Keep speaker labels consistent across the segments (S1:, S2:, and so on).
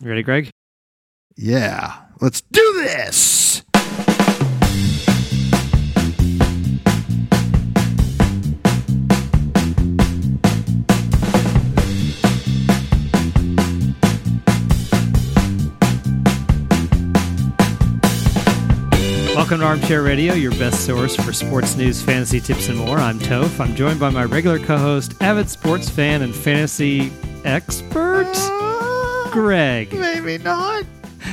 S1: You ready, Greg?
S2: Yeah, let's do this.
S1: Welcome to Armchair Radio, your best source for sports news, fantasy tips, and more. I'm Toph. I'm joined by my regular co host, avid sports fan and fantasy expert,
S2: Ah,
S1: Greg.
S2: Maybe not.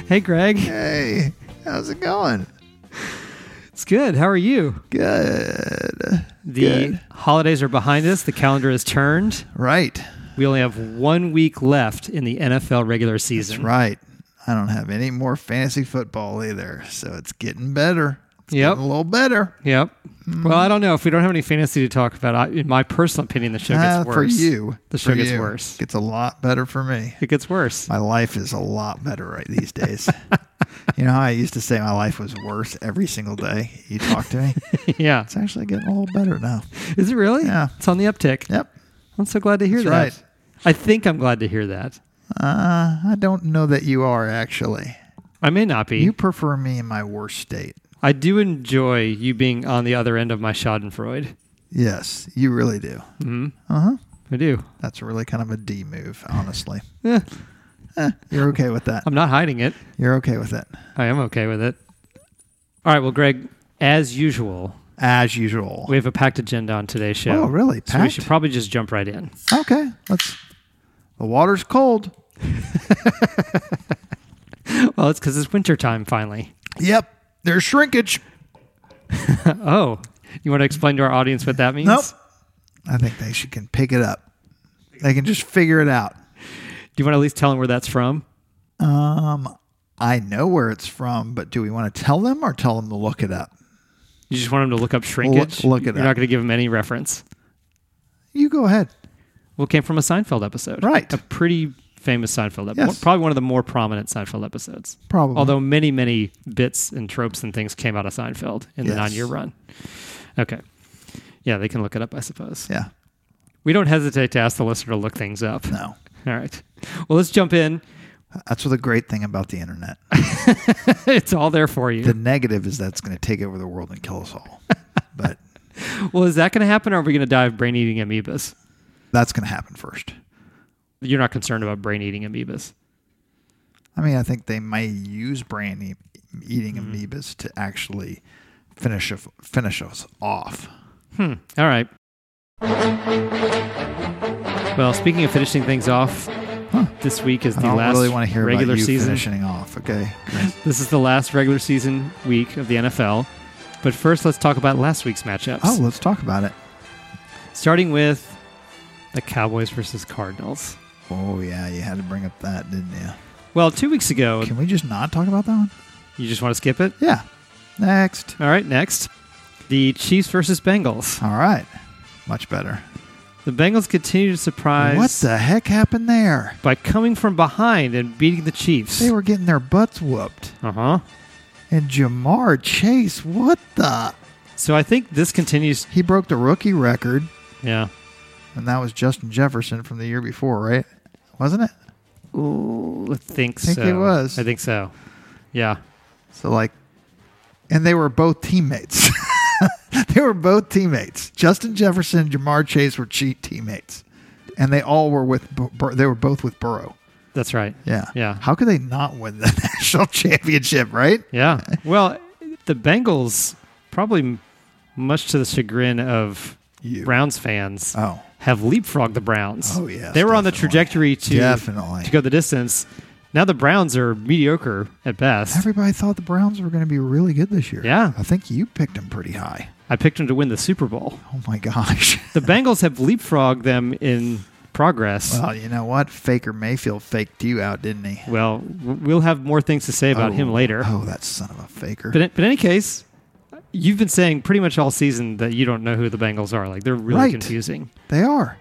S1: Hey, Greg.
S2: Hey, how's it going?
S1: It's good. How are you?
S2: Good.
S1: The
S2: Good.
S1: holidays are behind us, the calendar has turned.
S2: Right.
S1: We only have one week left in the NFL regular season.
S2: Right. I don't have any more fantasy football either, so it's getting better. It's
S1: Yep.
S2: getting a little better.
S1: Yep.
S2: Mm-hmm.
S1: Well, I don't know. If we don't have any fantasy to talk about, I, in my personal opinion, the show gets
S2: Ah,
S1: worse.
S2: For you.
S1: The show
S2: For
S1: gets
S2: you.
S1: worse.
S2: Gets a lot better for me.
S1: It gets worse.
S2: My life is a lot better right these days. you know how I used to say my life was worse every single day you talked to me?
S1: yeah.
S2: It's actually getting a little better now.
S1: Is it really?
S2: Yeah.
S1: It's on the uptick.
S2: Yep.
S1: I'm so glad to hear
S2: That's
S1: that.
S2: right.
S1: I think I'm glad to hear that.
S2: Uh, I don't know that you are actually.
S1: I may not be.
S2: You prefer me in my worst state.
S1: I do enjoy you being on the other end of my Schadenfreude.
S2: Yes, you really do.
S1: hmm
S2: Uh huh.
S1: I do.
S2: That's really kind of a D move, honestly.
S1: Eh,
S2: You're okay with that.
S1: I'm not hiding it.
S2: You're okay with it.
S1: I am okay with it. All right. Well, Greg, as usual,
S2: As usual.
S1: we have a packed agenda on today's show.
S2: Oh, really?
S1: So we should
S2: Packed?
S1: probably just jump right in.
S2: Okay, let's. The water's cold.
S1: Well, it's because it's winter time finally.
S2: Yep, there's shrinkage.
S1: Oh, you want to explain to our audience what that means?
S2: Nope. I think they should can pick it up. They can just figure it out.
S1: Do you want to at least tell them where that's from?
S2: Um, I know where it's from, but do we want to tell them or tell them to look it up?
S1: You just want them to look up shrinkage.
S2: look it
S1: You're
S2: up.
S1: not going to give them any reference.
S2: You go ahead.
S1: Well, it came from a Seinfeld episode.
S2: Right.
S1: A pretty famous Seinfeld episode.
S2: Yes.
S1: Probably one of the more prominent Seinfeld episodes.
S2: Probably.
S1: Although many, many bits and tropes and things came out of Seinfeld in the
S2: Yes.
S1: nine year run. Okay. Yeah, they can look it up, I suppose.
S2: yeah,
S1: We don't hesitate to ask the listener to look things up.
S2: no.
S1: All right. Well, let's jump in.
S2: That's the great thing about the internet.
S1: it's all there for you.
S2: The negative is that's going to take over the world and kill us all. but
S1: well, is that going to happen or are we going to die of brain eating amoebas?
S2: that's going to happen first.
S1: You're not concerned about brain eating amoebas.
S2: I mean, I think they might use brain e- eating
S1: Mm-hmm.
S2: amoebas to actually finish of- finish us off.
S1: Hmm. All right. Well, speaking of finishing things off,
S2: Huh.
S1: this week is
S2: I
S1: the
S2: don't
S1: last
S2: really want to hear
S1: regular
S2: about you
S1: season.
S2: finishing off. Okay,
S1: This is the last regular season week of the NFL. But first, let's talk about last week's matchups.
S2: Oh, let's talk about it.
S1: Starting with the Cowboys versus Cardinals.
S2: Oh yeah, you had to bring up that, didn't you?
S1: Well, two weeks ago,
S2: Can we just not talk about that one?
S1: you just want to skip it?
S2: Yeah. Next.
S1: All right, next. The Chiefs versus Bengals.
S2: All right. Much better.
S1: The Bengals continue to surprise
S2: What the heck happened there?
S1: by coming from behind and beating the Chiefs.
S2: They were getting their butts whooped.
S1: uh huh.
S2: And Jamar Chase, what the?
S1: So I think this continues.
S2: He broke the rookie record,
S1: Yeah.
S2: and that was Justin Jefferson from the year before, right? Wasn't it?
S1: Ooh, I think,
S2: Think
S1: so.
S2: it was.
S1: I think so. Yeah.
S2: So like, and they were both teammates. they were both teammates. Justin Jefferson and Jamar Chase were cheat teammates, and they all were with. Bur- Bur- they were both with Burrow.
S1: That's right.
S2: Yeah.
S1: Yeah.
S2: How could they not win the national championship? Right.
S1: Yeah. Well, the Bengals probably m- much to the chagrin of
S2: You.
S1: Browns fans
S2: Oh,
S1: have leapfrogged the Browns.
S2: Oh, yes,
S1: They were on the
S2: definitely.
S1: trajectory to
S2: definitely.
S1: to go the distance. Now the Browns are mediocre at best.
S2: Everybody thought the Browns were going to be really good this year.
S1: Yeah.
S2: I think you picked them pretty high.
S1: I picked them to win the Super Bowl.
S2: Oh my gosh.
S1: The Bengals have leapfrogged them in progress.
S2: Well, you know what? Faker Mayfield faked you out, didn't he?
S1: Well, w we'll have more things to say about
S2: Oh,
S1: him later.
S2: Oh, that son of a faker.
S1: But in, but in any case, you've been saying pretty much all season that you don't know who the Bengals are. Like they're really
S2: Right.
S1: confusing.
S2: they are.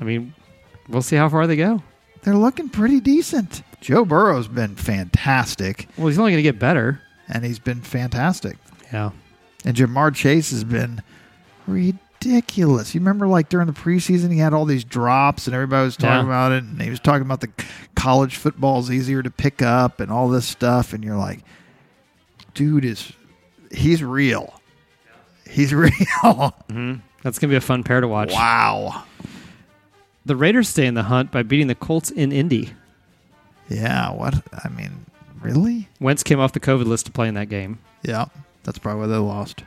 S1: I mean, we'll see how far they go.
S2: They're looking pretty decent. Joe Burrow's been fantastic,
S1: Well, he's only going to get better.
S2: and he's been fantastic.
S1: Yeah.
S2: And Jamar Chase has been ridiculous. You remember, like during the preseason, he had all these drops, and everybody was talking
S1: Yeah.
S2: about it, and he was talking about the college football's easier to pick up and all this stuff, and you're like, dude is he's real. He's real.
S1: That's going to be a fun pair to watch.
S2: wow.
S1: The Raiders stay in the hunt by beating the Colts in Indy.
S2: Yeah, what I mean, really?
S1: Wentz came off the COVID list to play in that game.
S2: Yeah. That's probably why they lost.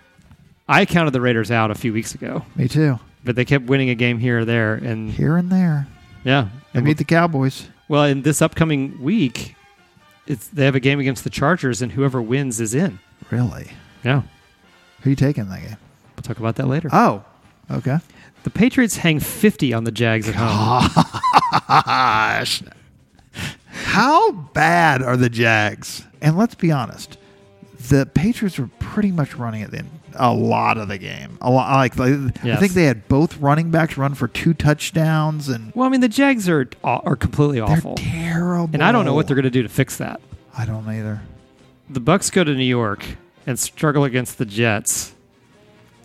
S1: I counted the Raiders out a few weeks ago,
S2: Me too.
S1: but they kept winning a game here or there. And
S2: Here and there.
S1: yeah,
S2: They
S1: and
S2: beat the Cowboys.
S1: Well, in this upcoming week, it's they have a game against the Chargers, and whoever wins is in.
S2: Really?
S1: Yeah,
S2: Who you taking in that game?
S1: we'll talk about that later.
S2: Oh. Okay.
S1: the Patriots hang fifty on the Jags at home. Uh,
S2: Gosh. How bad are the Jags? And let's be honest, the Patriots were pretty much running it in a lot of the game. A lot, like, like, I
S1: Yes.
S2: think they had both running backs run for two touchdowns, and
S1: Well, I mean the Jags are are completely
S2: they're
S1: awful,
S2: terrible.
S1: and I don't know what they're going to do to fix that.
S2: I don't either.
S1: The Bucks go to New York and struggle against the Jets.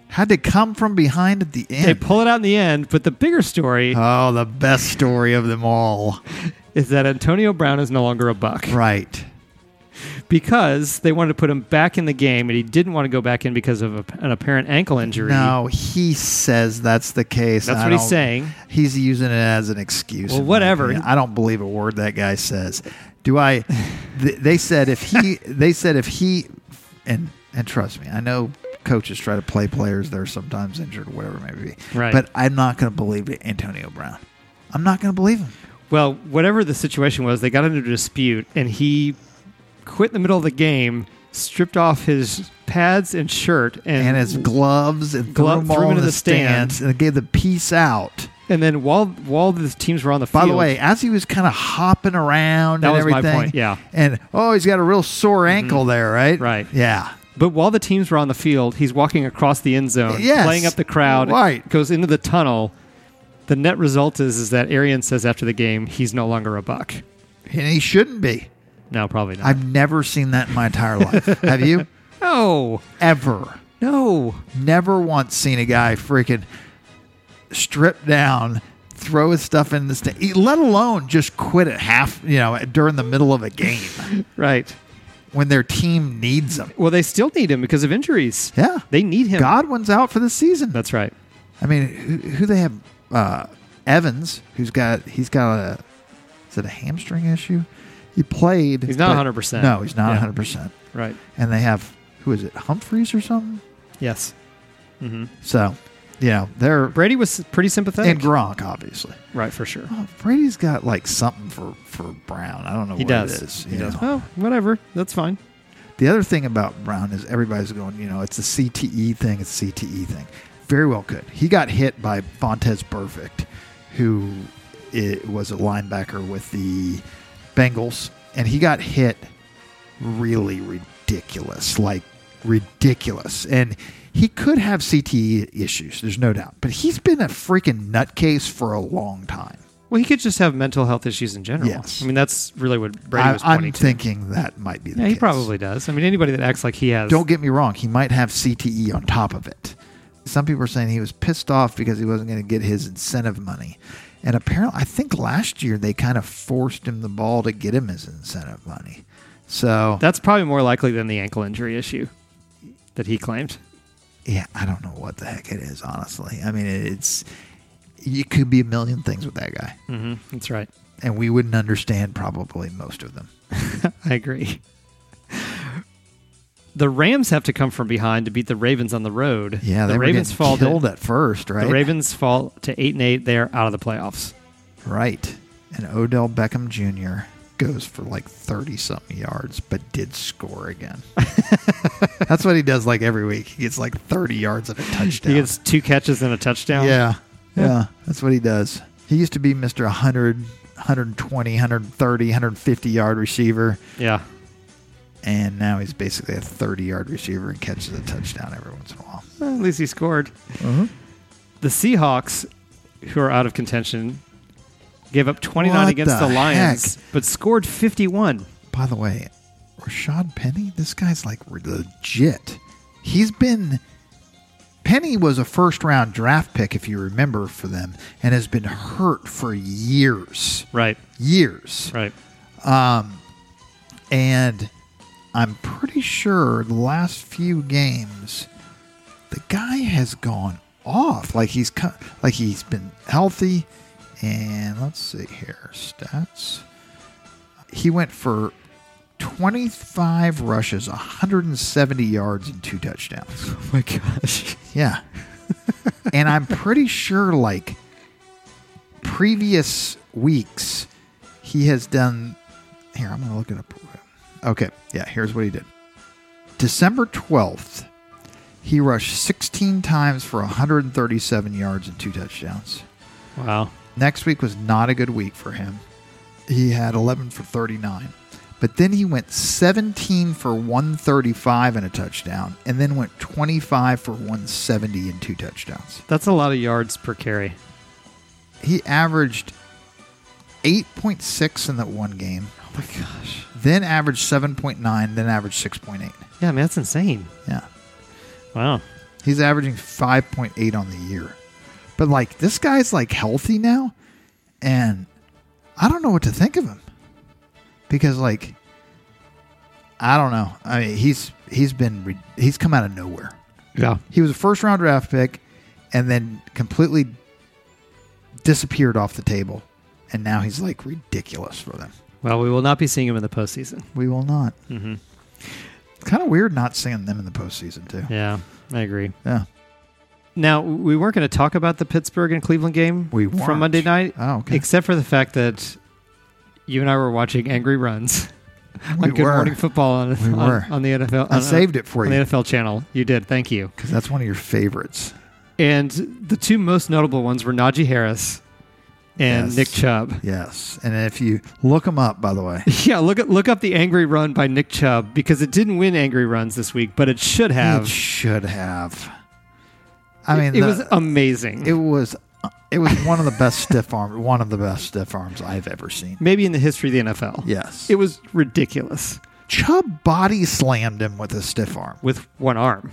S2: Had to come from behind at the
S1: They
S2: end.
S1: pull it out in the end, but the bigger story
S2: oh, the best story of them all.
S1: is that Antonio Brown is no longer a Buck
S2: Right.
S1: because they wanted to put him back in the game, and he didn't want to go back in because of a, an apparent ankle injury.
S2: No, he says that's the case.
S1: That's
S2: I
S1: what he's
S2: don't-
S1: saying.
S2: He's using it as an excuse.
S1: Well,
S2: in my
S1: whatever.
S2: opinion. I don't believe a word that guy says. Do I? th- they said if he. They said if he. And and trust me, I know coaches try to play players. They're sometimes injured, or whatever it may be.
S1: Right.
S2: But I'm not going to believe Antonio Brown. I'm not going to believe him.
S1: Well, whatever the situation was, they got into a dispute, and he quit in the middle of the game, stripped off his pads and shirt, and
S2: And his gloves and threw
S1: Glove-
S2: them
S1: threw
S2: all
S1: him
S2: in
S1: into
S2: the
S1: the stand.
S2: stands and gave the peace out.
S1: and then while while the teams were on the
S2: By
S1: field,
S2: the way, as he was kind of hopping around
S1: That
S2: and
S1: was my
S2: everything,
S1: point, yeah. Mm-hmm.
S2: And oh, he's got a real sore ankle there, right?
S1: Right.
S2: Yeah.
S1: but while the teams were on the field, he's walking across the end zone,
S2: Yes.
S1: playing up the crowd,
S2: Right.
S1: goes into the tunnel. The net result is is that Arian says after the game he's no longer a buck.
S2: And he shouldn't be.
S1: No, probably not.
S2: I've never seen that in my entire life. Have you?
S1: no,
S2: Ever.
S1: no.
S2: Never once seen a guy freaking strip down, throw his stuff in the stand, let alone just quit at half, you know, during the middle of a game
S1: Right.
S2: when their team needs him.
S1: Well, they still need him because of injuries.
S2: Yeah.
S1: They need him.
S2: Godwin's out for the season.
S1: That's right.
S2: I mean, who, who they have? Uh, Evans, who's got he's got a is it a hamstring issue? He played.
S1: He's not
S2: but-
S1: 100%.
S2: No, he's not
S1: Yeah.
S2: one hundred percent.
S1: Right.
S2: And they have who is it? Humphreys or something.
S1: Yes. hmm
S2: So, you know, they're
S1: Brady was pretty sympathetic.
S2: and Gronk obviously.
S1: right, for sure.
S2: Oh, Brady's got like something for for Brown. I don't know
S1: He
S2: what
S1: does.
S2: it is.
S1: he
S2: you
S1: does.
S2: know.
S1: Well, whatever. That's fine.
S2: The other thing about Brown is everybody's going, you know, it's the CTE E thing, it's CTE thing. Very well could. He got hit by Vontez Perfect, who it was a linebacker with the Bengals, and he got hit really ridiculous, like ridiculous. And he could have CTE issues, there's no doubt. But he's been a freaking nutcase for a long time.
S1: Well, he could just have mental health issues in general.
S2: Yes.
S1: I mean, that's really what Brady was
S2: I,
S1: pointing
S2: am
S1: to.
S2: thinking that might be the
S1: yeah,
S2: case.
S1: he probably does. I mean, anybody that acts like he has.
S2: Don't get me wrong, he might have CTE on top of it. Some people are saying he was pissed off because he wasn't going to get his incentive money. And apparently, I think last year they kind of forced him the ball to get him his incentive money. So,
S1: That's probably more likely than the ankle injury issue that he claimed.
S2: yeah, I don't know what the heck it is, honestly. I mean, it's, it could be a million things with that guy.
S1: hmm That's right.
S2: And we wouldn't understand probably most of them.
S1: I agree. The Rams have to come from behind to beat the Ravens on the road.
S2: Yeah, they
S1: the
S2: were
S1: Ravens
S2: getting
S1: fall
S2: killed
S1: to,
S2: at first, right?
S1: The Ravens fall to eight and eight. They are out of the playoffs.
S2: Right. And Odell Beckham Jr. goes for like 30 something yards, but did score again. That's what he does like every week. He gets like 30 yards and a touchdown.
S1: He gets two catches and a touchdown.
S2: yeah. Yeah. That's what he does. He used to be Mr. 100, 120, 130, 150 yard receiver.
S1: yeah.
S2: And now he's basically a 30 yard receiver and catches a touchdown every once in a while.
S1: Well, at least he scored. Mm-hmm. The Seahawks, who are out of contention, gave up 29
S2: What
S1: against
S2: the
S1: the, Lions, but scored 51.
S2: By the way, Rashad Penny, this guy's like legit. He's been Penny was a first round draft pick, if you remember, for them, and has been hurt for years.
S1: Right.
S2: Years.
S1: Right.
S2: And I'm pretty sure the last few games, the guy has gone off. Like he's co- like he's been healthy. And let's see here stats. He went for 25 rushes, 170 yards, and two touchdowns.
S1: Oh my gosh.
S2: Yeah. and I'm pretty sure, like, previous weeks, he has done. Here, I'm going to look it up. Okay. Yeah, here's what he did December 12th, he rushed 16 times for 137 yards and two touchdowns.
S1: Wow.
S2: Next week was not a good week for him. He had 11 for 39. But then he went 17 for 135 and a touchdown, and then went 25 for 170 and two touchdowns.
S1: That's a lot of yards per carry.
S2: He averaged 8.6 in that one game,
S1: Oh my gosh.
S2: then averaged 7.9, then averaged 6.8.
S1: Yeah, man, that's insane.
S2: Yeah.
S1: Wow.
S2: He's averaging 5.8 on the year. But like this guy's like healthy now and I don't know what to think of him. Because like I don't know. I mean, he's he's been re- he's come out of nowhere.
S1: Yeah.
S2: He was a first round draft pick and then completely disappeared off the table and now he's like ridiculous for them.
S1: Well, we will not be seeing him in the postseason.
S2: We will not.
S1: Mm-hmm.
S2: It's kind of weird not seeing them in the postseason too.
S1: Yeah, I agree.
S2: Yeah.
S1: Now, we weren't going to talk about the Pittsburgh and Cleveland game
S2: We
S1: from
S2: weren't.
S1: Monday night,
S2: Oh, okay.
S1: except for the fact that you and I were watching Angry Runs on
S2: We
S1: Good
S2: were.
S1: Morning Football on,
S2: We
S1: on-
S2: were.
S1: on the NFL.
S2: I
S1: on- uh,
S2: saved it for
S1: on
S2: you.
S1: the NFL channel. You did. Thank you.
S2: Because that's one of your favorites.
S1: And the two most notable ones were Najee Harris and
S2: Yes.
S1: Nick Chubb.
S2: Yes, and if you look them up, by the way,
S1: Yeah, look at look up the Angry Run by Nick Chubb because it didn't win Angry Runs this week, but it should have.
S2: it should have. Hmm. I
S1: It-
S2: mean,
S1: it,
S2: the-
S1: was amazing.
S2: it was uh, it was one of the best stiff arm, one of the best stiff arms I've ever seen.
S1: Maybe in the history of the NFL.
S2: Yes,
S1: It was ridiculous
S2: Chubb body slammed him with a stiff arm.
S1: with one arm.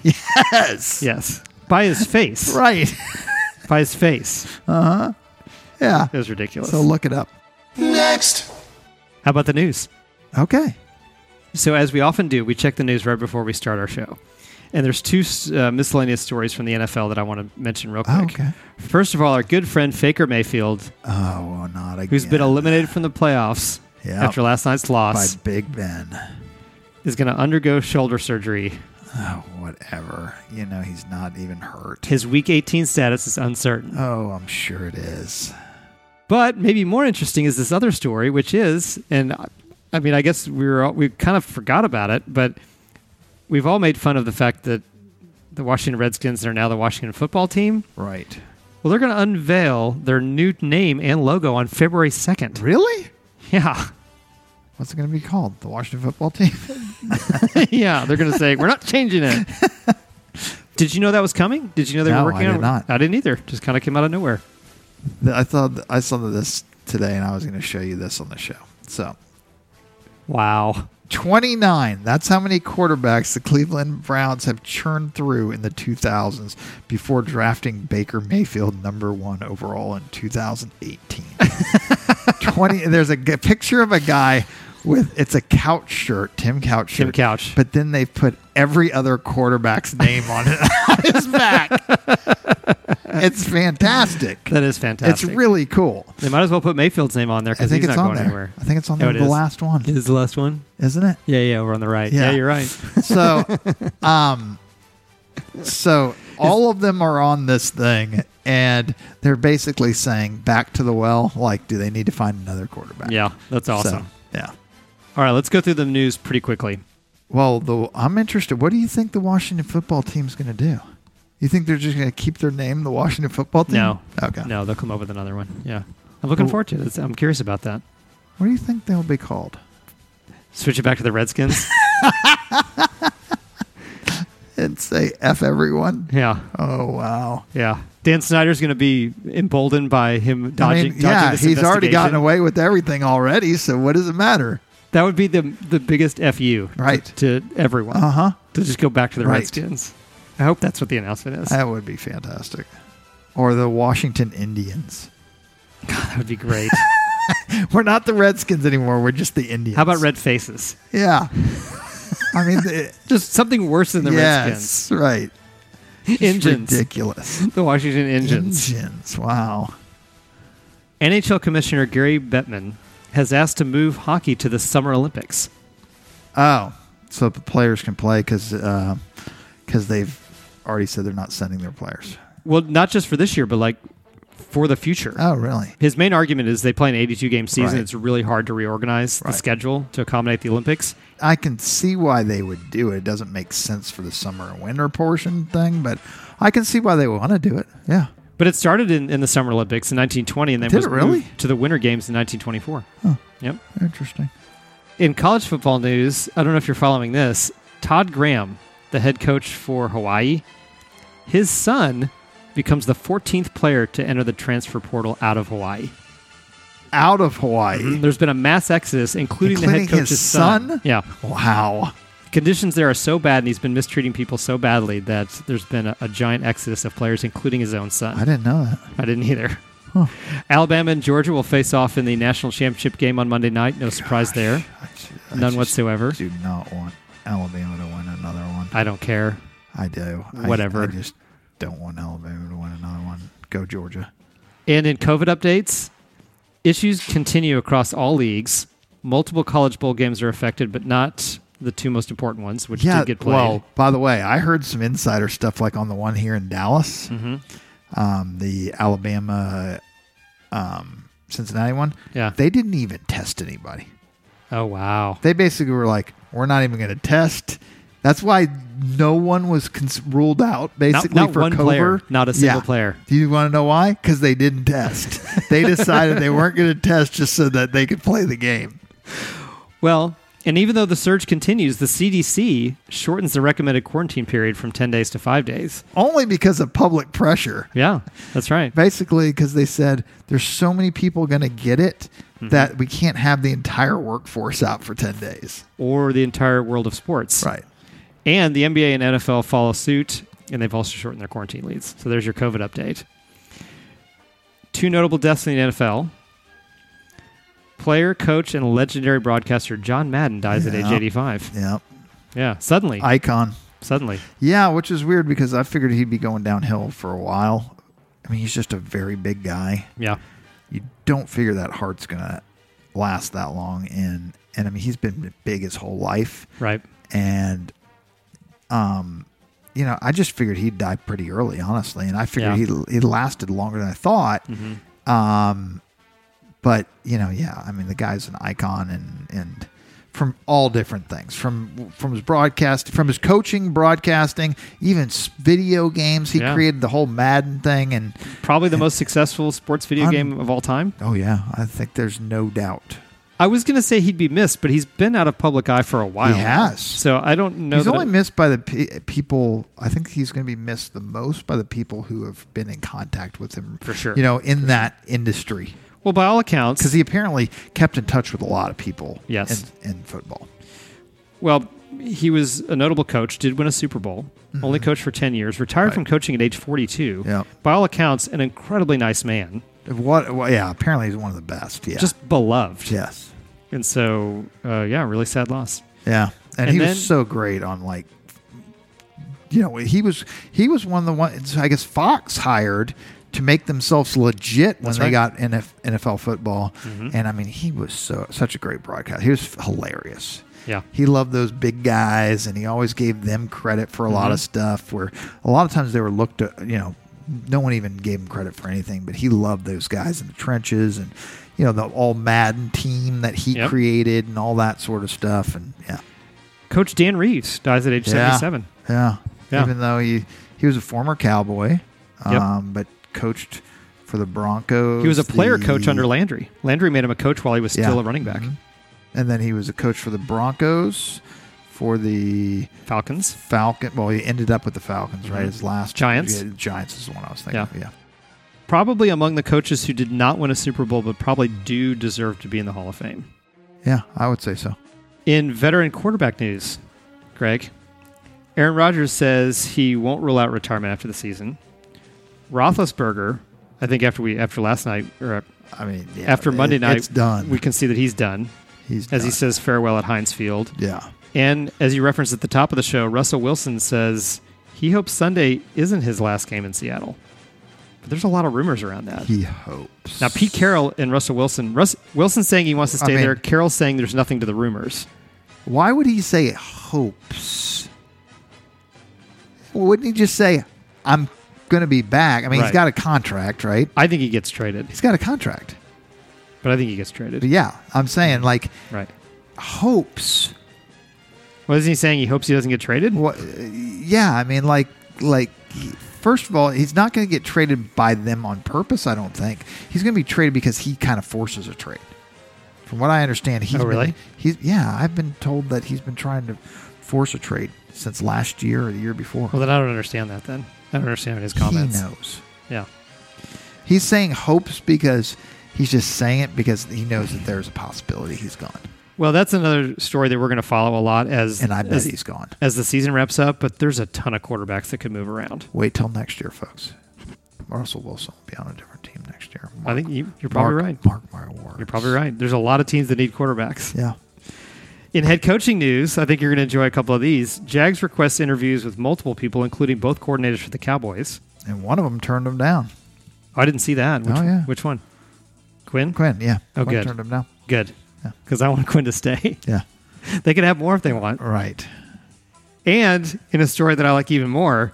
S2: Yes,
S1: Yes. By his face.
S2: right.
S1: By his face.
S2: yeah.
S1: It was ridiculous.
S2: So look it up.
S3: Next.
S1: How about the news?
S2: Okay.
S1: So, as we often do, we check the news right before we start our show. And there's two uh, miscellaneous stories from the NFL that I want to mention real quick.
S2: Oh, okay.
S1: First of all, our good friend Faker Mayfield,
S2: Oh, well, not again.
S1: who's been eliminated from the playoffs
S2: Yeah.
S1: after last night's
S2: by
S1: loss,
S2: Big Ben?
S1: is going to undergo shoulder surgery.
S2: Oh, whatever. You know he's not even hurt.
S1: His Week 18 status is uncertain.
S2: Oh, I'm sure it is.
S1: But maybe more interesting is this other story, which is, and I- I mean, I guess we were all, we kind of forgot about it, but we've all made fun of the fact that the Washington Redskins are now the Washington Football Team.
S2: Right.
S1: Well, they're going to unveil their new name and logo on February second.
S2: Really?
S1: Yeah,
S2: What's it going to be called? The Washington football team?
S1: yeah, they're going to say we're not changing it. Did you know that was coming? Did you know they
S2: No,
S1: were working
S2: I
S1: on
S2: did
S1: it?
S2: not.
S1: I didn't either. Just kind of came out of nowhere.
S2: I thought I saw this today, and I was going to show you this on the show. So,
S1: Wow.
S2: 29. That's how many quarterbacks the Cleveland Browns have churned through in the 2000s before drafting Baker Mayfield number one overall in 2018. 20. There's a g- picture of a guy with it's a couch shirt, Tim Couch shirt.
S1: Tim Couch.
S2: But then they put every other quarterback's name on, it, on his back. it's fantastic.
S1: That is fantastic.
S2: It's really cool.
S1: They might as well put Mayfield's name on there
S2: I
S1: because
S2: think
S1: he's
S2: it's
S1: not
S2: on
S1: going
S2: there.
S1: anywhere.
S2: I think it's on
S1: Oh,
S2: there.
S1: it
S2: the
S1: is.
S2: last one,
S1: Is the last one?
S2: isn't it?
S1: Yeah, yeah, we're on the right. Yeah,
S2: Yeah.
S1: you're right.
S2: So, um, so all of them are on this thing, and they're basically saying back to the well. Like, do they need to find another quarterback?
S1: yeah, that's
S2: So,
S1: awesome.
S2: yeah.
S1: All right, let's go through the news pretty quickly.
S2: Well, the, I'm interested. What do you think the Washington football team's going to do? You think they're just going to keep their name, the Washington football team?
S1: No.
S2: Okay.
S1: No, they'll come up with another one. Yeah. I'm looking
S2: Well-
S1: forward to it. It's- I'm curious about that.
S2: What do you think they'll be called?
S1: Switch it back to the Redskins.
S2: And say F everyone.
S1: yeah.
S2: Oh wow.
S1: Yeah. Dan Snyder's going to be emboldened by him dodging,
S2: I mean,
S1: dodging
S2: yeah,
S1: this
S2: he's already gotten
S1: investigation.
S2: away with everything already. So what does it matter?
S1: That would be the the biggest FU
S2: Right.
S1: to everyone.
S2: Uh huh.
S1: To just go back to the
S2: Right.
S1: Redskins. I hope that's what the announcement is.
S2: That would be fantastic. Or the Washington Indians.
S1: God, that would be great.
S2: We're not the Redskins anymore. We're just the Indians.
S1: How about red faces?
S2: Yeah. I mean, the,
S1: Just something worse than the
S2: yes, right.
S1: Redskins.
S2: It's
S1: Engines.
S2: ridiculous.
S1: The Washington Engines.
S2: Engines. Wow.
S1: NHL Commissioner Gary Bettman has asked to move hockey to the Summer Olympics.
S2: Oh, so the players can play because they've already said they're not sending their players.
S1: Well, not just for this year, but like for the future.
S2: Oh, really?
S1: His main argument is they play an 82 game season.
S2: Right.
S1: It's really hard to reorganize
S2: Right.
S1: the schedule to accommodate the Olympics.
S2: I can see why they would do it. It doesn't make sense for the summer and winter portion thing, but I can see why they want to do it. Yeah.
S1: But it started in, in the Summer Olympics in 1920 and then
S2: Did
S1: was
S2: it really?
S1: moved to the Winter Games in 1924.
S2: Huh.
S1: Yep.
S2: Interesting.
S1: In college football news, I don't know if you're following this. Todd Graham, the head coach for Hawaii, his son becomes the 14th player to enter the transfer portal out of Hawaii.
S2: Out of Hawaii.
S1: There's been a mass exodus, including, the head
S2: Including
S1: coach's
S2: his son?
S1: Yeah.
S2: Wow.
S1: Conditions there are so bad, and he's been mistreating people so badly that there's been a, a giant exodus of players, including his own son.
S2: I didn't know that.
S1: I didn't either. Alabama and Georgia will face off in the national championship game on Monday night. No surprise there.
S2: I ju- I
S1: None
S2: just
S1: whatsoever.
S2: Do not want Alabama to win another one.
S1: I don't care.
S2: I do. I-
S1: Whatever.
S2: I, just don't want Alabama to win another one. Go Georgia.
S1: And in COVID updates, issues continue across all leagues. Multiple college bowl games are affected, but not the two most important ones, which did get played.
S2: Well, by the way, I heard some insider stuff like on the one here in Dallas,
S1: Mm-hmm.
S2: um, the Alabama, um, Cincinnati one.
S1: Yeah.
S2: They didn't even test anybody.
S1: oh wow.
S2: They basically were like, "We're not even going to test." That's why no one was cons- ruled out basically
S1: not
S2: for
S1: one
S2: COVID.
S1: player, not a single player.
S2: Do you want to know why? Because they didn't test. they decided they weren't going to test just so that they could play the game.
S1: Well, and even though the surge continues, the CDC shortens the recommended quarantine period from 10 days to 5 days.
S2: Only because of public pressure.
S1: Yeah, that's right.
S2: basically because they said there's so many people going to get it
S1: Mm-hmm.
S2: that we can't have the entire workforce out for 10 days.
S1: Or the entire world of sports.
S2: Right.
S1: And the NBA and NFL follow suit, and they've also shortened their quarantine leads. So there's your COVID update. Two notable deaths in the NFL. Player, coach, and legendary broadcaster John Madden dies at
S2: Yeah.
S1: age 85.
S2: Yeah.
S1: Yeah, suddenly.
S2: Icon.
S1: suddenly.
S2: Yeah, which is weird because I figured he'd be going downhill for a while. I mean, he's just a very big guy.
S1: Yeah.
S2: You don't figure that heart's going to last that long and and I mean, he's been big his whole life
S1: Right.
S2: and um you know, I just figured he'd die pretty early, honestly, and I figured
S1: Yeah.
S2: he he lasted longer than I thought.
S1: hmm
S2: Um, but you know, yeah, I mean, the guy's an icon, and and from all different things, from from his broadcast, from his coaching, broadcasting, even s- video games. He
S1: Yeah.
S2: created the whole Madden thing, and
S1: Probably the most successful sports video
S2: I'm-
S1: game of all time.
S2: oh yeah, I think there's no doubt.
S1: I was going to say he'd be missed, but he's been out of public eye for a while.
S2: He has.
S1: So I don't know.
S2: he's
S1: that
S2: only
S1: it-
S2: missed by the pe- people. I think he's going to be missed the most by the people who have been in contact with him
S1: For sure.
S2: You know, in that industry,
S1: well, by all accounts,
S2: because he apparently kept in touch with a lot of people.
S1: Yes.
S2: in, in football.
S1: well, he was a notable coach, did win a Super Bowl, only coached for 10 years, retired
S2: Mm-hmm. Right.
S1: from coaching at age 42.
S2: Yeah.
S1: By all accounts, an incredibly nice man,
S2: What? Well, yeah, apparently he's one of the best. Yeah.
S1: just beloved.
S2: yes.
S1: And so, uh, yeah, really sad loss.
S2: Yeah, and,
S1: And
S2: he
S1: then-
S2: was so great on like, you know, he was he was one of the ones I guess Fox hired to make themselves legit when
S1: That's
S2: they
S1: right. Mm-hmm.
S2: got NF, NFL football, and I mean he was so such a great broadcast. He was hilarious.
S1: Yeah.
S2: He loved those big guys, and he always gave them credit for a lot of
S1: Mm-hmm.
S2: stuff. Where a lot of times they were looked, at, you know, no one even gave him credit for anything. But he loved those guys in the trenches, and you know the all Madden team that he
S1: Yep.
S2: created, and all that sort of stuff. And yeah,
S1: Coach Dan Reeves dies at age
S2: Yeah.
S1: 77.
S2: yeah.
S1: Yeah.
S2: Even though he he was a former cowboy,
S1: Yep.
S2: um, but coached for the Broncos.
S1: He was a player
S2: the-
S1: coach under Landry. Landry made him a coach while he was
S2: Yeah.
S1: still a running back.
S2: Mhm. And then he was a coach for the Broncos, for the
S1: Falcons.
S2: Falcon. Well, he ended up with the Falcons, right?
S1: Mhm.
S2: His last
S1: Giants?
S2: yeah, Giants is the one I was thinking.
S1: Yeah.
S2: Of, yeah.
S1: Probably among the coaches who did not win a Super Bowl, but probably do deserve to be in the Hall of Fame.
S2: Yeah, I would say so.
S1: In veteran quarterback news, Greg, Aaron Rodgers says he won't rule out retirement after the season. Roethlisberger, I think after we after last night or uh,
S2: I mean, yeah,
S1: after
S2: it-
S1: Monday night,
S2: it's done.
S1: We can see that he's done,
S2: he's
S1: as he
S2: done.
S1: says farewell at Heinz Field.
S2: yeah,
S1: And as you referenced at the top of the show, Russell Wilson says he hopes Sunday isn't his last game in Seattle. But there's a lot of rumors around that.
S2: he hopes.
S1: Now, Pete Carroll and Russell Wilson, Russ, Wilson saying he wants to
S2: I
S1: stay
S2: mean-
S1: there, Carroll saying there's nothing to the rumors.
S2: Why would he say hopes? Wouldn't he just say, "I'm going to be back"? I mean, he's
S1: Right.
S2: got a contract, right?
S1: I think he gets traded,
S2: He's got a contract.
S1: but I think he gets traded.
S2: But yeah, I'm saying like
S1: Right.
S2: hopes.
S1: What is he saying? He hopes he doesn't get traded?
S2: What? Yeah, I mean like like. First of all, he's not going to get traded by them on purpose. I don't think he's going to be traded because he kind of forces a trade. From what I understand, he's
S1: Oh,
S2: been-
S1: really?
S2: he's yeah. I've been told that he's been trying to force a trade since last year or the year before.
S1: Well, then I don't understand that then. I don't understand his comments.
S2: He knows.
S1: Yeah.
S2: He's saying hopes because he's just saying it because he knows that there's a possibility he's gone,
S1: Well, that's another story that we're going to follow a lot as
S2: and I bet
S1: as,
S2: he's gone.
S1: as the season wraps up, but there's a ton of quarterbacks that could move around.
S2: Wait till next year, folks. Russell Wilson will be on a different team next year.
S1: I think you, you're probably
S2: mark,
S1: right.
S2: Mark my words.
S1: You're probably right. There's a lot of teams that need quarterbacks.
S2: Yeah.
S1: In head coaching news, I think you're going to enjoy a couple of these. Jags requests interviews with multiple people, including both coordinators for the Cowboys.
S2: And one of them turned him down.
S1: Oh, I didn't see that. Which,
S2: Oh, yeah.
S1: Which one? Quinn?
S2: Quinn, yeah.
S1: Oh,
S2: Quinn
S1: good.
S2: turned him down.
S1: Good.
S2: Yeah.
S1: Because I want Quinn to stay.
S2: Yeah.
S1: they can have more if they want.
S2: Right.
S1: And in a story that I like even more,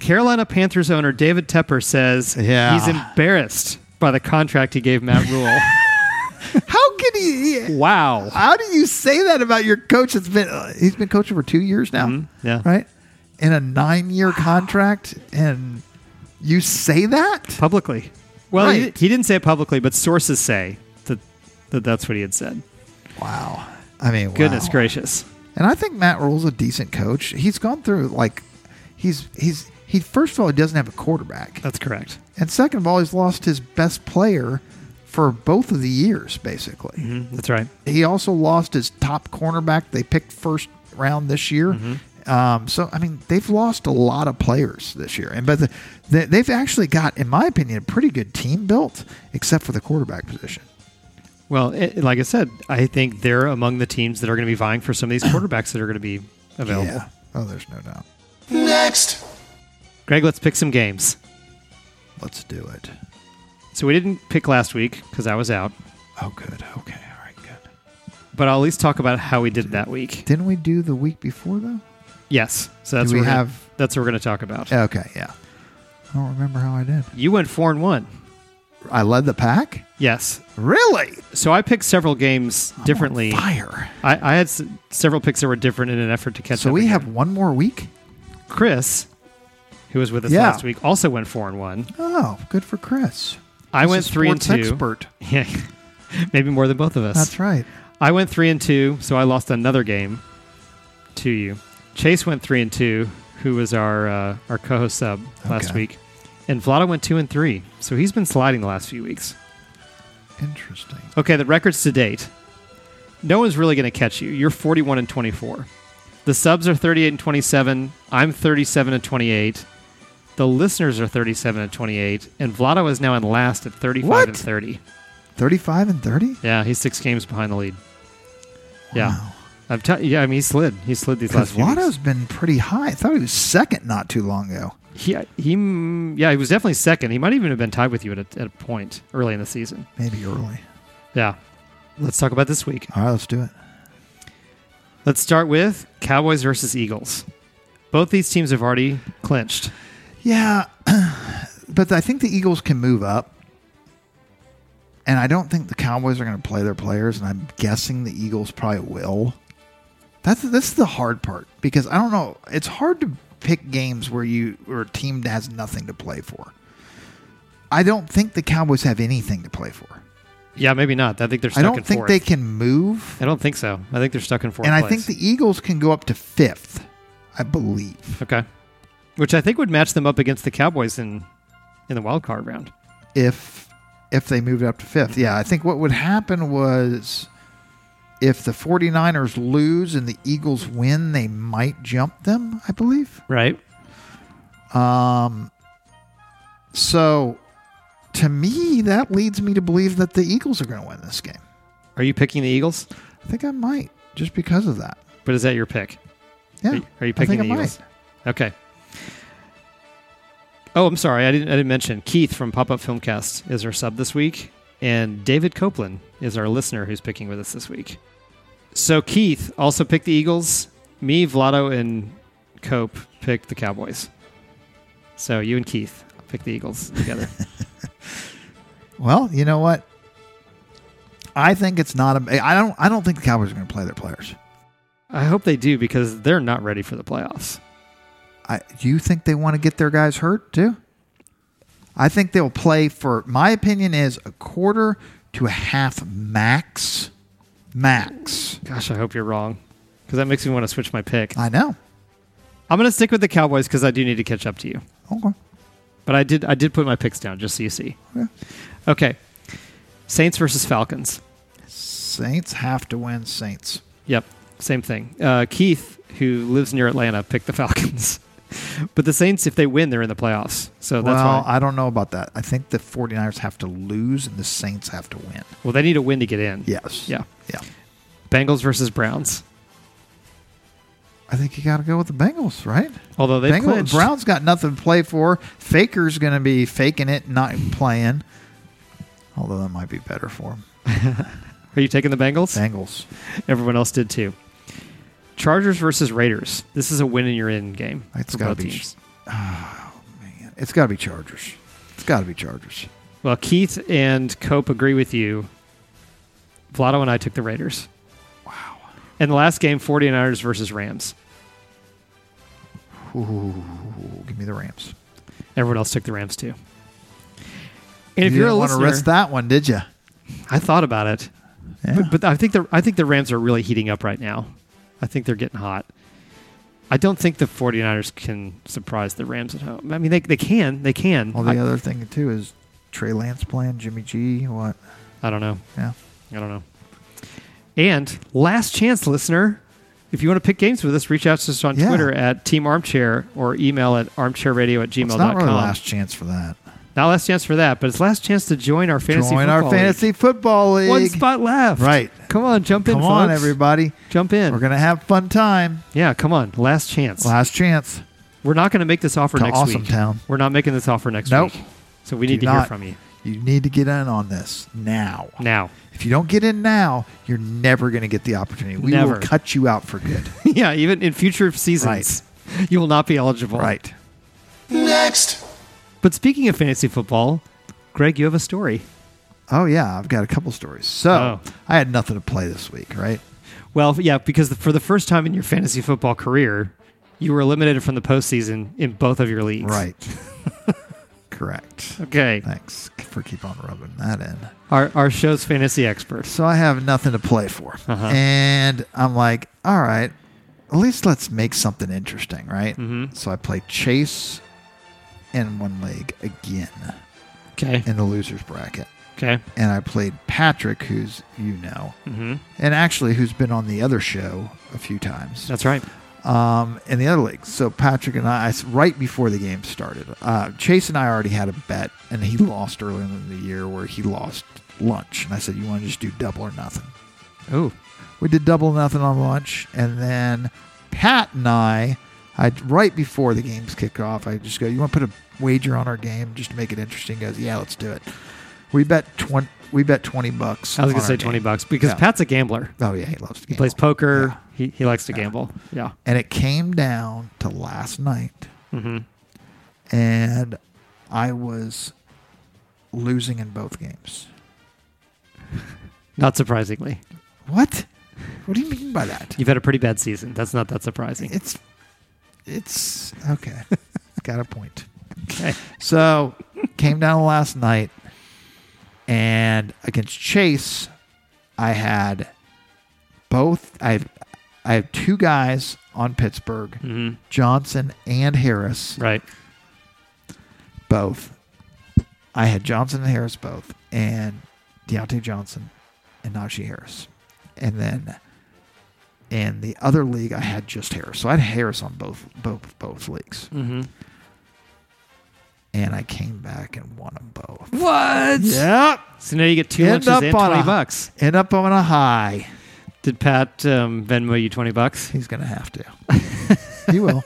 S1: Carolina Panthers owner David Tepper says
S2: Yeah.
S1: he's embarrassed by the contract he gave Matt Rule.
S2: How can he?
S1: wow.
S2: How do you say that about your coach? That's been uh, he's been coaching for two years now.
S1: Mhm. Yeah.
S2: Right. In a nine-year contract, and you say that?
S1: Publicly. Well, he,
S2: Right.
S1: he didn't say it publicly, but sources say that, that that's what he had said.
S2: Wow. I mean,
S1: Goodness
S2: wow.
S1: gracious.
S2: And I think Matt Rule's a decent coach. He's gone through like, he's he's he first of all he doesn't have a quarterback,
S1: That's correct.
S2: and second of all he's lost his best player for both of the years. Basically,
S1: That's right.
S2: he also lost his top cornerback. They picked first round this year. Um, so I mean, they've lost a lot of players this year, and but the, they, they've actually got, in my opinion, a pretty good team built, except for the quarterback position.
S1: Well, it, like I said, I think they're among the teams that are going to be vying for some of these quarterbacks that are going to be available.
S2: Yeah. Oh, there's no doubt.
S3: Next.
S1: Greg, let's pick some games.
S2: Let's do it.
S1: So we didn't pick last week because I was out,
S2: Oh, good. Okay. All right. Good.
S1: but I'll at least talk about how we did that week.
S2: Didn't we do the week before though?
S1: Yes. So that's
S2: Do
S1: what
S2: we
S1: we're gonna-
S2: have-
S1: that's what we're going to talk about.
S2: Okay, yeah. I don't remember how I did.
S1: You went four and one.
S2: I led the pack.
S1: Yes.
S2: Really?
S1: So I picked several
S2: Oh,
S1: games differently. I,
S2: Fire.
S1: I had s- several picks that were different in an effort to catch
S2: So
S1: up.
S2: we
S1: again.
S2: have one more week.
S1: Chris, who was with us
S2: Yeah.
S1: last week, also went four and one.
S2: Oh, good for Chris.
S1: I
S2: He's a
S1: went three and two.
S2: sports Expert.
S1: Yeah, maybe more than both of us.
S2: That's right.
S1: I went three and two, so I lost another game to you. Chase went three and two, who was our uh, our co-host sub last
S2: Okay.
S1: week, and Vlada went two and three. So he's been sliding the last few weeks.
S2: Interesting.
S1: Okay, the records to date. No one's really going to catch you. You're 41 and 24. The subs are 38 and 27. I'm 37 and 28. The listeners are 37 and 28, and Vlado is now in last at 35
S2: What?
S1: and 30.
S2: Thirty-five and thirty.
S1: Yeah, he's six games behind the lead. Yeah,
S2: Wow.
S1: I've t- yeah, I mean he slid. He slid these last
S2: Because
S1: few weeks.
S2: Lotto's been pretty high. I thought he was second not too long ago.
S1: He he mm, yeah, he was definitely second. He might even have been tied with you at a, at a point early in the season.
S2: Maybe early.
S1: Yeah. Let's talk about this week.
S2: All right, let's do it.
S1: Let's start with Cowboys versus Eagles. Both these teams have already clinched.
S2: Yeah, but I think the Eagles can move up. And I don't think the Cowboys are going to play their players, and I'm guessing the Eagles probably will. That's that's the hard part because I don't know. It's hard to pick games where you where a team has nothing to play for. I don't think the Cowboys have anything to play for.
S1: Yeah, maybe not. I think they're
S2: I
S1: stuck in
S2: don't think
S1: fourth.
S2: they can move,
S1: I don't think so. I think they're stuck in fourth.
S2: and I
S1: place.
S2: think the Eagles can go up to fifth, I believe,
S1: okay, which I think would match them up against the Cowboys in in the wild card round.
S2: if if they moved up to fifth. Yeah, I think what would happen was if the 49ers lose and the Eagles win, they might jump them, I believe. Um,
S1: Right.
S2: So to me, that leads me to believe that the Eagles are going to win this game.
S1: Are you picking the Eagles?
S2: I think I might just because of that.
S1: But is that your pick?
S2: Yeah.
S1: Are you, are you
S2: I think
S1: picking
S2: I
S1: the Eagles?
S2: might.
S1: Okay. Oh, I'm sorry. I didn't. I didn't mention Keith from Pop Up Filmcast is our sub this week, and David Copeland is our listener who's picking with us this week. So Keith also picked the Eagles. Me, Vlado, and Cope picked the Cowboys. So you and Keith pick the Eagles together.
S2: Well, you know what? I think it's not. A, I don't. I don't think the Cowboys are going to play their players.
S1: I hope they do because they're not ready for the playoffs.
S2: I, do you think they want to get their guys hurt too? I think they'll play for. My opinion is a quarter to a half max. Max.
S1: Gosh, I hope you're wrong because that makes me want to switch my pick.
S2: I know.
S1: I'm going to stick with the Cowboys because I do need to catch up to you.
S2: Okay.
S1: But I did I did put my picks down just so you see.
S2: Yeah.
S1: Okay. Saints versus Falcons.
S2: Saints have to win. Saints.
S1: Yep, same thing. Uh, Keith, who lives near Atlanta, picked the Falcons. but the Saints, if they win, they're in the playoffs. So that's
S2: well,
S1: why.
S2: I don't know about that. I think the 49ers have to lose and the Saints have to win.
S1: well, they need a win to get in.
S2: Yes.
S1: Yeah.
S2: Yeah.
S1: Bengals versus Browns.
S2: I think you got to go with the Bengals, right?
S1: Although they
S2: Bengals,
S1: clinched.
S2: Brown's got nothing to play for. Faker's going to be faking it, not playing. Although that might be better for him.
S1: Are you taking the Bengals?
S2: Bengals.
S1: Everyone else did too. Chargers versus Raiders. This is a win and you're in game
S2: It's
S1: for
S2: gotta
S1: both
S2: be-
S1: teams.
S2: Man, it's got to be Chargers. It's got to be Chargers.
S1: Well, Keith and Cope agree with you. Vlado and I took the Raiders. Wow. And the last game, 49ers versus Rams.
S2: Ooh, give me the Rams.
S1: Everyone else took the Rams too. And if
S2: you
S1: you are a
S2: didn't want to
S1: listener,
S2: risk that one, did you?
S1: I thought about it,
S2: Yeah.
S1: but, but I think the I think the Rams are really heating up right now. I think they're getting hot. I don't think the 49ers can surprise the Rams at home. I mean, they, they can. They can.
S2: Well, the
S1: I,
S2: other thing too is Trey Lance playing Jimmy G. What?
S1: I don't know.
S2: Yeah.
S1: I don't know. And last chance, listener. If you want to pick games with us, reach out to us on
S2: Yeah.
S1: Twitter at Team Armchair or email at armchairradio at
S2: It's
S1: gmail.com.
S2: not really last chance for that.
S1: Not last chance for that, but it's last chance to join our fantasy
S2: Join our
S1: football league.
S2: fantasy football league.
S1: One spot left.
S2: Right.
S1: Come on, jump in,
S2: Come on,
S1: folks.
S2: everybody.
S1: Jump in.
S2: We're gonna have fun time.
S1: yeah, come on. Last chance.
S2: Last chance.
S1: We're not going to make this offer
S2: To
S1: next
S2: Awesome
S1: week.
S2: Town.
S1: We're not making this offer next
S2: Nope.
S1: week. So we
S2: Do
S1: need to hear
S2: not.
S1: from you
S2: You need to get in on this now.
S1: now.
S2: If you don't get in now, you're never going to get the opportunity. We
S1: Never.
S2: will cut you out for good.
S1: yeah, even in future seasons, you will not be eligible.
S2: right.
S3: Next.
S1: But speaking of fantasy football, Greg, you have a story.
S2: Oh yeah, I've got a couple stories. So
S1: Oh.
S2: I had nothing to play this week, right?
S1: Well, yeah, because the, for the first time in your fantasy football career, you were eliminated from the postseason in both of your leagues.
S2: Right. Correct.
S1: Okay.
S2: Thanks for keep on rubbing that in.
S1: Our, our show's fantasy experts.
S2: So I have nothing to play for,
S1: Uh-huh.
S2: and I'm like, all right, at least let's make something interesting, right? Mm-hmm. So I play chase in one league again
S1: Okay.
S2: in the losers bracket,
S1: Okay.
S2: and I played Patrick, who's you know,
S1: Mm-hmm.
S2: and actually who's been on the other show a few times
S1: That's right.
S2: um, in the other league. So Patrick and I, right before the game started, uh, Chase and I already had a bet, and he lost early in the year where he lost lunch, and I said, "You want to just do double or nothing."
S1: Oh,
S2: We did double or nothing on lunch, and then Pat and I, I right before the games kick off, I just go, "You want to put a wager on our game just to make it interesting?" He goes, "Yeah, let's do it." We bet twenty. We bet twenty bucks.
S1: I was
S2: on
S1: going to say
S2: our
S1: 20
S2: game.
S1: bucks because
S2: Yeah.
S1: Pat's a gambler.
S2: Oh yeah, he loves to
S1: He
S2: gamble.
S1: plays poker.
S2: Yeah.
S1: He, he likes to gamble. Yeah.
S2: and it came down to last night,
S1: Mm-hmm.
S2: and I was losing in both games.
S1: Not surprisingly.
S2: What? What do you mean by that?
S1: You've had a pretty bad season. That's not that surprising.
S2: It's, it's okay. Got a point.
S1: Okay.
S2: So came down last night, and against Chase, I had both. I have, I have two guys on Pittsburgh,
S1: Mm-hmm.
S2: Johnson and Harris,
S1: Right.
S2: both. I had Johnson and Harris both, and Deontay Johnson and Najee Harris, and then in the other league I had just Harris. So I had Harris on both both both leagues,
S1: Mm-hmm.
S2: and I came back and won them both.
S1: What?
S2: Yep.
S1: So now you get two
S2: End
S1: lunches
S2: up
S1: and
S2: on
S1: twenty
S2: a-
S1: bucks.
S2: End up on a high.
S1: Did Pat um, Venmo you twenty bucks?
S2: He's gonna have to. he will.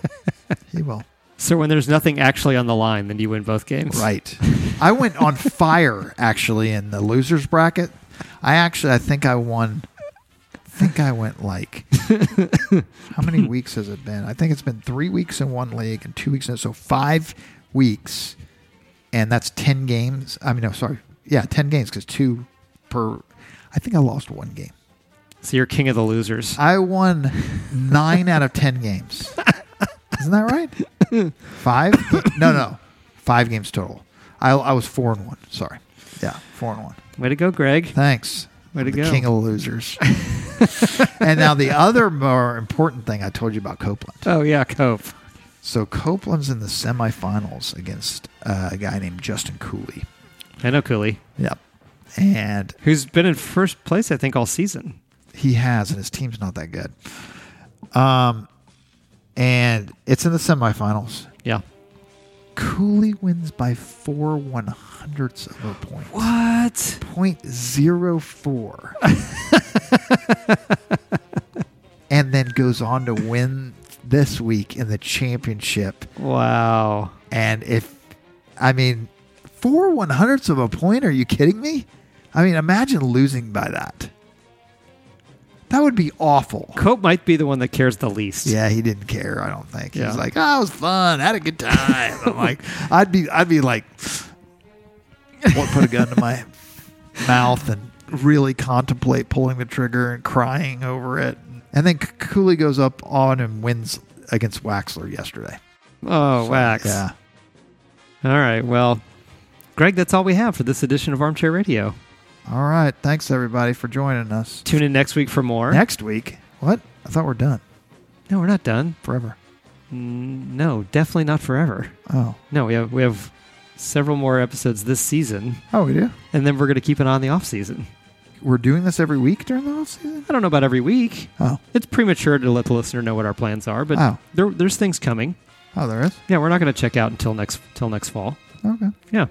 S2: He will.
S1: So when there's nothing actually on the line, then you win both games.
S2: Right. I went on fire actually in the losers bracket. I actually I think I won I think I went like how many weeks has it been? I think it's been three weeks in one league and two weeks in so five weeks and that's ten games. I mean no, sorry. Yeah, ten games because two per I think I lost one game.
S1: So you're king of the losers.
S2: I won nine out of ten games. Isn't that right? Five? No, no, five games total. I, I was four and one. Sorry. Yeah, four and one.
S1: Way to go, Greg.
S2: Thanks.
S1: Way to
S2: the
S1: go.
S2: King of losers. and now the other more important thing I told you about Copeland.
S1: Oh yeah, Cope.
S2: So Copeland's in the semifinals against uh, a guy named Justin Cooley.
S1: I know Cooley,
S2: Yep. And
S1: who's been in first place I think all season.
S2: he has, and his team's not that good. Um, and it's in the semifinals.
S1: Yeah.
S2: Cooley wins by four one hundredths of a point.
S1: What?
S2: Point zero four. and then goes on to win this week in the championship.
S1: Wow.
S2: And if I mean four one hundredths of a point, are you kidding me? I mean, imagine losing by that. That would be awful.
S1: Cope might be the one that cares the least.
S2: Yeah, he didn't care. I don't think
S1: Yeah.
S2: he's like, "Ah, it was fun. Had a good time." I'm like, I'd be, I'd be like, what, put a gun to my mouth and really contemplate pulling the trigger and crying over it. And then K- Cooley goes up on and wins against Waxler yesterday.
S1: Oh, wax.
S2: Yeah,
S1: All right. Well, Greg, that's all we have for this edition of Armchair Radio.
S2: all right. Thanks everybody for joining us.
S1: Tune in next week for more.
S2: Next week, what? I thought we're done
S1: No, we're not done.
S2: forever.
S1: Mm, No, definitely not forever.
S2: Oh,
S1: No, we have we have several more episodes this season,
S2: oh, we do.
S1: and then we're going to keep it on the off season.
S2: We're doing this every week during the off season.
S1: I don't know about every week.
S2: Oh,
S1: It's premature to let the listener know what our plans are, but
S2: Oh.
S1: there, there's things coming.
S2: oh, there is.
S1: Yeah, we're not going to check out until next till next fall.
S2: Okay.
S1: Yeah.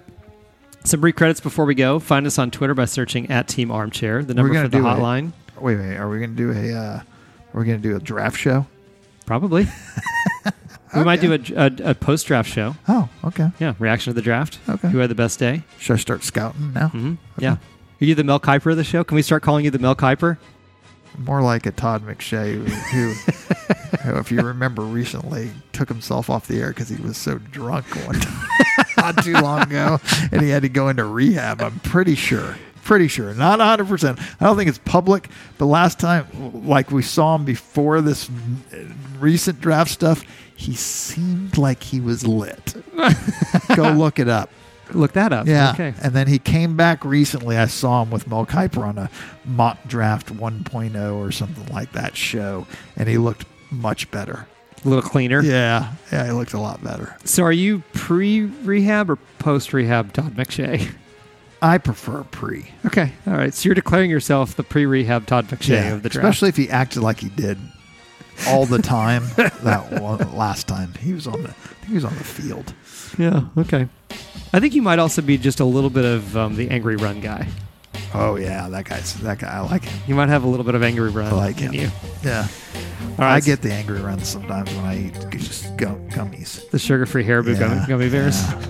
S1: Some brief credits before we go. Find us on Twitter by searching at Team Armchair. The
S2: We're
S1: number
S2: gonna
S1: for the
S2: do it.
S1: hotline,
S2: Wait, wait. Are we gonna do a? Uh, are we gonna do a draft show?
S1: probably. We might do a, a, post draft show.
S2: Oh, okay.
S1: Yeah, reaction to the draft.
S2: Okay.
S1: Who had the best day?
S2: Should I start scouting now?
S1: hmm Yeah. Are you the Mel Kiper of the show? Can we start calling you the Mel Kiper?
S2: More like a Todd McShay, who, who who, if you remember, recently took himself off the air because he was so drunk one time, not too long ago, and he had to go into rehab. I'm pretty sure. Pretty sure, not 100. percent I don't think it's public, but last time, like we saw him before this uh, recent draft stuff, he seemed like he was lit. go look it up.
S1: Look that up.
S2: Yeah.
S1: Okay.
S2: And then he came back recently. I saw him with Mel Kiper on a mock draft 1.0 or something like that show, and he looked much better.
S1: A little cleaner.
S2: Yeah. Yeah, he looked a lot better.
S1: So are you pre rehab or post rehab Todd McShay?
S2: I prefer pre.
S1: Okay. All right. So you're declaring yourself the pre rehab Todd McShay of the draft.
S2: especially if he acted like he did all the time that one, last time he was on the I think he was on the field.
S1: Yeah. Okay. I think you might also be just a little bit of um, the angry run guy.
S2: Oh yeah, that guy's that guy. I like him.
S1: You might have a little bit of angry run
S2: Oh, I like
S1: in
S2: him.
S1: you.
S2: Yeah.
S1: All
S2: I
S1: right.
S2: get the angry runs sometimes when I eat just gum, gummies.
S1: the sugar-free Haribo gummy,
S2: Yeah,
S1: gummy bears.
S2: yeah.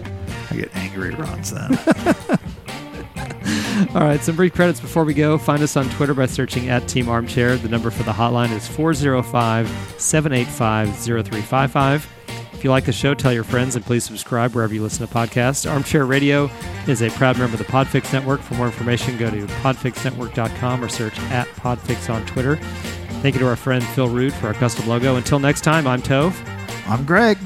S2: I get angry runs then.
S1: All right, some brief credits before we go. Find us on Twitter by searching at Team Armchair. The number for the hotline is 405 785 0355. If you like the show, tell your friends and please subscribe wherever you listen to podcasts. Armchair Radio is a proud member of the Podfix Network. For more information, go to podfixnetwork.com or search at Podfix on Twitter. Thank you to our friend Phil Rude for our custom logo. Until next time, I'm Tove.
S2: I'm Greg.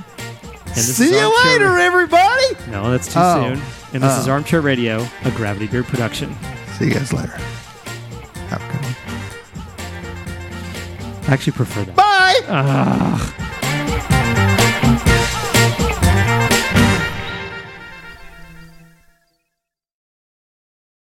S1: And this
S2: See
S1: is
S2: you
S1: Armchair-
S2: later, everybody.
S1: No, that's too
S2: Oh.
S1: soon. And this is
S2: Oh.
S1: Armchair Radio, a Gravity Beard production.
S2: See you guys later. Have a good one.
S1: I actually prefer that.
S2: Bye.
S1: Ugh.